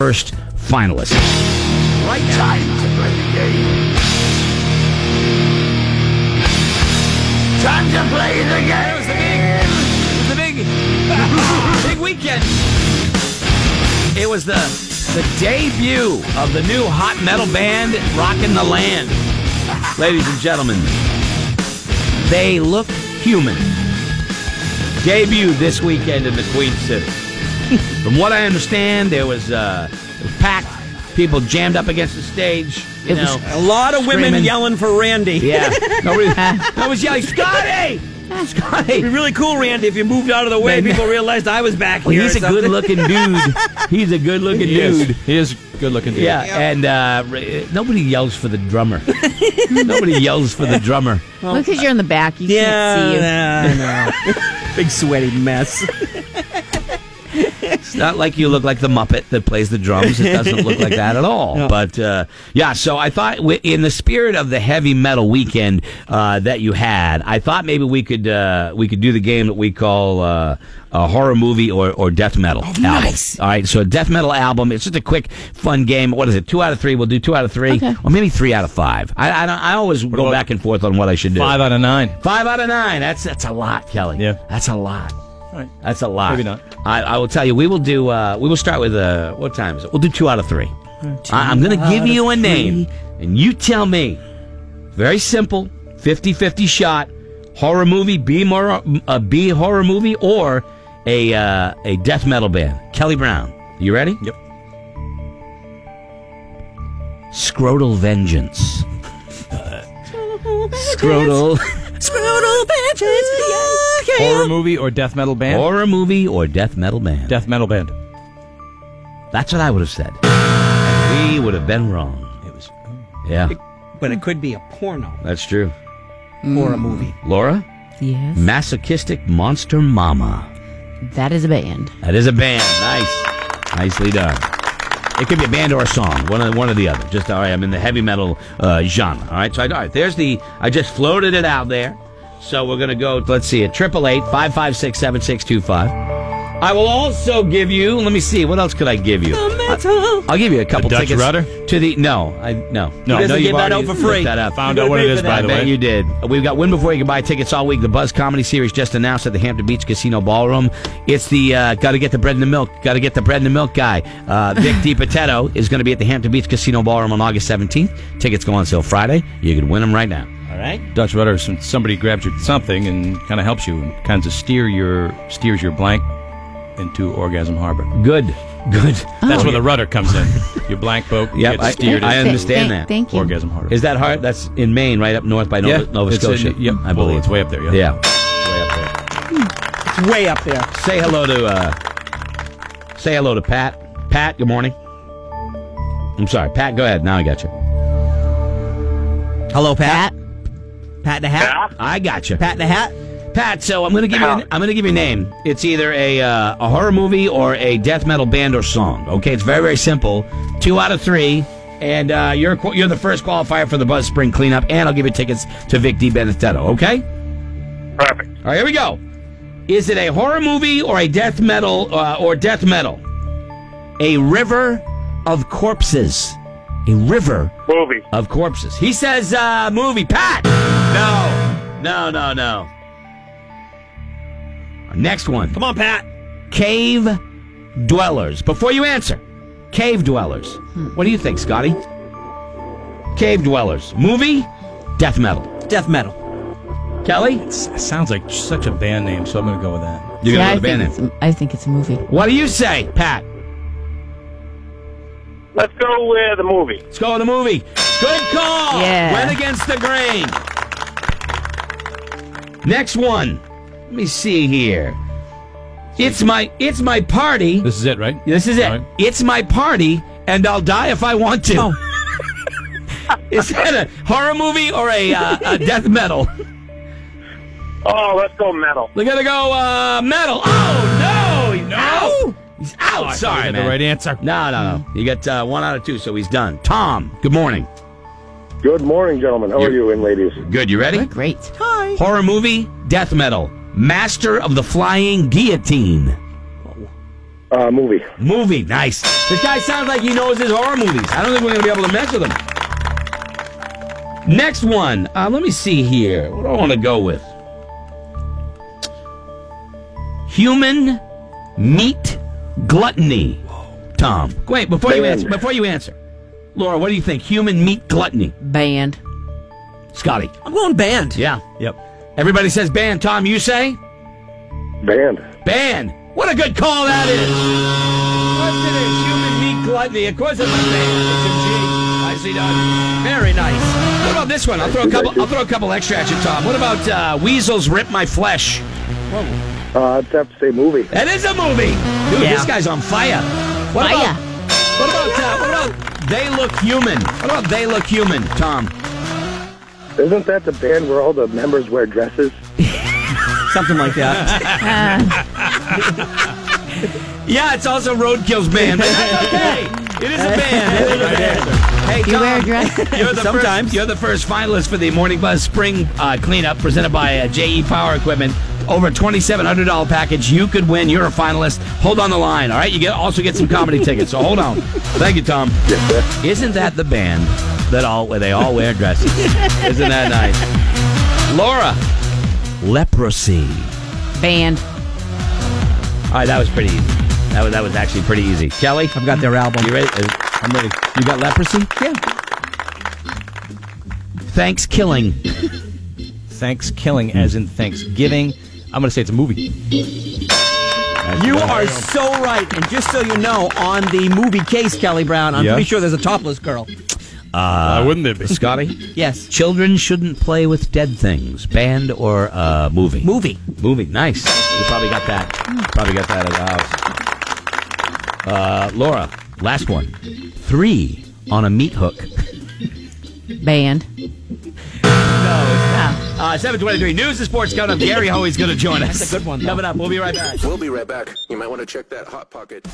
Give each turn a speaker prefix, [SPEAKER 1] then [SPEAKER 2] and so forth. [SPEAKER 1] first finalist.
[SPEAKER 2] Right time to play the game. Time to play the
[SPEAKER 3] It was the
[SPEAKER 2] game.
[SPEAKER 3] big, it was the big, big weekend. It was the the debut of the new hot metal band Rockin' the Land. Ladies and gentlemen, they look human. Debut this weekend in the Queen City. From what I understand, there was uh, it was packed. People jammed up against the stage. You
[SPEAKER 1] It was
[SPEAKER 3] know,
[SPEAKER 4] A lot of women
[SPEAKER 3] Screaming.
[SPEAKER 4] yelling for Randy.
[SPEAKER 3] yeah. Nobody, I was yelling, Scotty, Scotty.
[SPEAKER 4] It'd be really cool, Randy, if you moved out of the way.
[SPEAKER 3] Man,
[SPEAKER 4] People realized I was back
[SPEAKER 3] Well,
[SPEAKER 4] here.
[SPEAKER 3] he's
[SPEAKER 4] or
[SPEAKER 3] a good
[SPEAKER 4] something.
[SPEAKER 3] looking dude. He's a good looking
[SPEAKER 5] He is.
[SPEAKER 3] dude.
[SPEAKER 5] He is a good looking dude.
[SPEAKER 3] Yeah, and uh, re- nobody yells for the drummer. nobody yells for the drummer.
[SPEAKER 6] Look, because you're in the back, you can't see you.
[SPEAKER 4] Yeah, I know. big sweaty mess.
[SPEAKER 3] It's not like you look like the Muppet that plays the drums. It doesn't look like that at all. But uh, yeah, so I thought, wi- in the spirit of the heavy metal weekend uh, that you had, I thought maybe we could uh, we could do the game that we call uh, a horror movie or, or death metal album.
[SPEAKER 6] Oh, nice.
[SPEAKER 3] All right, so a death metal album. It's just a quick, fun game. What is it? Two out of three. We'll do two out of three,
[SPEAKER 6] Okay.
[SPEAKER 3] or maybe three out of five. I I, don't, I always go
[SPEAKER 5] about
[SPEAKER 3] back and forth on what I should do.
[SPEAKER 5] Five out of nine.
[SPEAKER 3] Five out of nine. That's that's a lot, Kelly.
[SPEAKER 5] Yeah.
[SPEAKER 3] that's a lot.
[SPEAKER 5] right.
[SPEAKER 3] That's a lot.
[SPEAKER 5] Maybe not.
[SPEAKER 3] I, I will tell you. We will do. Uh, we will start with uh, what time is it? We'll do two out of three. I, I'm going to give you a name, and you tell me. Very simple. 50-50 shot. Horror movie, B mor- a B horror movie, or a uh, a death metal band. Kelly Brown. You ready?
[SPEAKER 5] Yep.
[SPEAKER 3] Scrotal Vengeance. Scrotal
[SPEAKER 5] Horror movie or death metal band?
[SPEAKER 3] horror movie or death metal band.
[SPEAKER 5] death metal band.
[SPEAKER 3] That's what I would have said. And we would have been wrong.
[SPEAKER 5] It was
[SPEAKER 3] Yeah,
[SPEAKER 4] But it could be a porno
[SPEAKER 3] that's true.
[SPEAKER 4] or a movie.
[SPEAKER 3] Laura,
[SPEAKER 6] Yes.
[SPEAKER 3] masochistic monster mama.
[SPEAKER 6] That is a band.
[SPEAKER 3] That is a band. Nice, nicely done. It could be a band or a song, one or, one or the other. Just all right. I'm in the heavy metal uh, genre. All right. So I, all right. There's the. I just floated it out there. So we're gonna go. Let's see. At triple eight five five six seven six two five. I will also give you. Let me see. What else could I give you? I, will give you a couple
[SPEAKER 5] Dutch
[SPEAKER 3] tickets
[SPEAKER 5] rudder?
[SPEAKER 3] to the. No, I no.
[SPEAKER 5] No,
[SPEAKER 3] I
[SPEAKER 5] I know
[SPEAKER 3] know
[SPEAKER 5] you've
[SPEAKER 3] give that out
[SPEAKER 5] already
[SPEAKER 3] for free.
[SPEAKER 5] looked
[SPEAKER 3] That up.
[SPEAKER 5] Found out what it is, by
[SPEAKER 3] I
[SPEAKER 5] the
[SPEAKER 3] bet
[SPEAKER 5] way.
[SPEAKER 3] you did. We've got Win Before You Can Buy tickets all week. The Buzz Comedy Series just announced at the Hampton Beach Casino Ballroom. It's the uh, Gotta Get the Bread and the Milk, Gotta Get the Bread and the Milk guy. Uh, Vic DiPatetto is going to be at the Hampton Beach Casino Ballroom on August 17th. Tickets go on sale Friday. You can win them right now. All right?
[SPEAKER 5] Dutch rudder. is when Somebody grabs you something and kind of helps you and kind of steer your steers your blank into orgasm harbor.
[SPEAKER 3] Good. Good.
[SPEAKER 5] That's where the rudder comes in. Your blank boat
[SPEAKER 3] Yep, I-
[SPEAKER 5] gets steered.
[SPEAKER 3] I
[SPEAKER 6] Thank-
[SPEAKER 3] understand
[SPEAKER 6] thank-
[SPEAKER 3] that.
[SPEAKER 6] Thank you.
[SPEAKER 5] orgasm harbor.
[SPEAKER 3] Is that hard? That's in Maine, right up north by Nova,
[SPEAKER 5] Yeah,
[SPEAKER 3] Nova
[SPEAKER 5] it's in-
[SPEAKER 3] Scotia.
[SPEAKER 5] yep,
[SPEAKER 3] I
[SPEAKER 5] well,
[SPEAKER 3] believe.
[SPEAKER 5] it's way up there. Yeah.
[SPEAKER 3] Yeah. Way up there.
[SPEAKER 4] It's way up there.
[SPEAKER 3] Say hello to uh, say hello to Pat. Pat, good morning. I'm sorry, Pat. Go ahead. Now I got you.
[SPEAKER 4] Hello, Pat. Pat in a hat.
[SPEAKER 3] I got you,
[SPEAKER 4] Pat in a hat.
[SPEAKER 3] Pat. So I'm gonna give you an, I'm gonna give you a name. It's either a uh, a horror movie or a death metal band or song. Okay, it's very very simple. Two out of three. And uh, you're qu- you're the first qualifier for the Buzz Spring Cleanup, and I'll give you tickets to Vic D. Benedetto. Okay.
[SPEAKER 2] Perfect.
[SPEAKER 3] All right, here we go. Is it a horror movie or a death metal uh, or death metal? A river of corpses. A river
[SPEAKER 2] Movie.
[SPEAKER 3] of corpses. He says uh, movie. Pat. No, no, no, no. Our next one.
[SPEAKER 4] Come on, Pat.
[SPEAKER 3] Cave dwellers. Before you answer, cave dwellers. What do you think, Scotty? Cave dwellers. Movie. Death metal.
[SPEAKER 4] Death metal.
[SPEAKER 3] Kelly.
[SPEAKER 5] That sounds like such a band name, so I'm going to go with that.
[SPEAKER 3] You're
[SPEAKER 6] yeah, I
[SPEAKER 3] go to
[SPEAKER 6] think,
[SPEAKER 3] band
[SPEAKER 6] it's, I think it's a movie.
[SPEAKER 3] What do you say, Pat?
[SPEAKER 2] Let's go with the movie.
[SPEAKER 3] Let's go to the movie. Good call.
[SPEAKER 6] Yeah.
[SPEAKER 3] Went against the grain. Next one. Let me see here. It's my it's my party. This,
[SPEAKER 5] This is it, right?
[SPEAKER 3] is it.
[SPEAKER 5] All right.
[SPEAKER 3] It's my party, and I'll die if I want to. is that a horror movie or a, uh, a death metal?
[SPEAKER 2] Oh, let's go metal.
[SPEAKER 3] We're gonna go uh, metal. Oh no! He's out. He's out.
[SPEAKER 5] Oh, I thought we
[SPEAKER 3] Sorry,
[SPEAKER 5] had
[SPEAKER 3] man.
[SPEAKER 5] the right answer.
[SPEAKER 3] No, no, no. You got uh, one out of two, so he's done. Tom, good morning.
[SPEAKER 7] Good morning, gentlemen. How are you, and ladies?
[SPEAKER 3] Good. You ready?
[SPEAKER 6] We're great.
[SPEAKER 3] Horror movie, death metal, Master of the Flying Guillotine.
[SPEAKER 7] Uh, movie.
[SPEAKER 3] Movie, nice. This guy sounds like he knows his horror movies. I don't think we're going to be able to mess with him. Next one. Uh, let me see here. What do I want to go with? Human meat gluttony. Tom. Wait, before you
[SPEAKER 7] Banned.
[SPEAKER 3] answer, before you answer, Laura, what do you think? Human meat gluttony.
[SPEAKER 6] Banned.
[SPEAKER 3] Scotty.
[SPEAKER 4] I'm going band.
[SPEAKER 3] Yeah.
[SPEAKER 1] Yep.
[SPEAKER 3] Everybody says ban. Tom, you say?
[SPEAKER 7] Band.
[SPEAKER 3] Ban. What a good call that is. What's it is? Human meat gluttony. Of course it was banned. It's a G. Nicely done. Very nice. What about this one? I'll throw a couple. I'll throw a couple extra at you, Tom. What about uh, weasels rip my flesh?
[SPEAKER 7] Uh, I'd have to say movie.
[SPEAKER 3] That is a movie. Dude,
[SPEAKER 4] Yeah.
[SPEAKER 3] this guy's on fire. What
[SPEAKER 6] Fire.
[SPEAKER 3] About, what about uh, what about they look human? What about they look human, Tom?
[SPEAKER 7] Isn't that the band where all the members wear dresses?
[SPEAKER 4] Something like that.
[SPEAKER 3] Yeah, it's also Roadkill's band, but that's okay. It is a band. It is a band. Hey,
[SPEAKER 6] You wear a
[SPEAKER 3] Tom,
[SPEAKER 6] dress?
[SPEAKER 3] You're the First,
[SPEAKER 1] Sometimes.
[SPEAKER 3] you're the first finalist for the Morning Buzz Spring uh, Cleanup presented by uh, JE Power Equipment. Over $2,700 package. You could win. You're a finalist. Hold on the line, all right? You get also get some comedy tickets, so hold on. Thank you, Tom. Isn't that the band that all where they all wear dresses? Isn't that nice? Laura, leprosy.
[SPEAKER 6] Banned.
[SPEAKER 3] All right, that was pretty easy. That was, that was actually pretty easy. Kelly?
[SPEAKER 4] I've got their album.
[SPEAKER 3] You ready? Uh, I'm ready. You got leprosy? Yeah. Thanks, killing.
[SPEAKER 5] Thanks killing, as in Thanksgiving. I'm going to say it's a movie.
[SPEAKER 4] You are so right. And just so you know, on the movie case, Kelly Brown, I'm
[SPEAKER 5] Yeah.
[SPEAKER 4] pretty sure there's a topless girl.
[SPEAKER 5] Why wouldn't it be?
[SPEAKER 3] Scotty?
[SPEAKER 4] Yes.
[SPEAKER 3] Children shouldn't play with dead things. Band or uh, movie?
[SPEAKER 4] Movie.
[SPEAKER 3] Movie. Nice. You probably got that. Probably got that at the house. Uh, Laura, last one. Three on a meat hook.
[SPEAKER 6] Banned.
[SPEAKER 3] Uh, 723 News and Sports coming up. Gary Hoey's going to join us.
[SPEAKER 4] That's a good one, though.
[SPEAKER 3] Coming up. We'll be right back.
[SPEAKER 8] We'll be right back. You might want to check that hot pocket.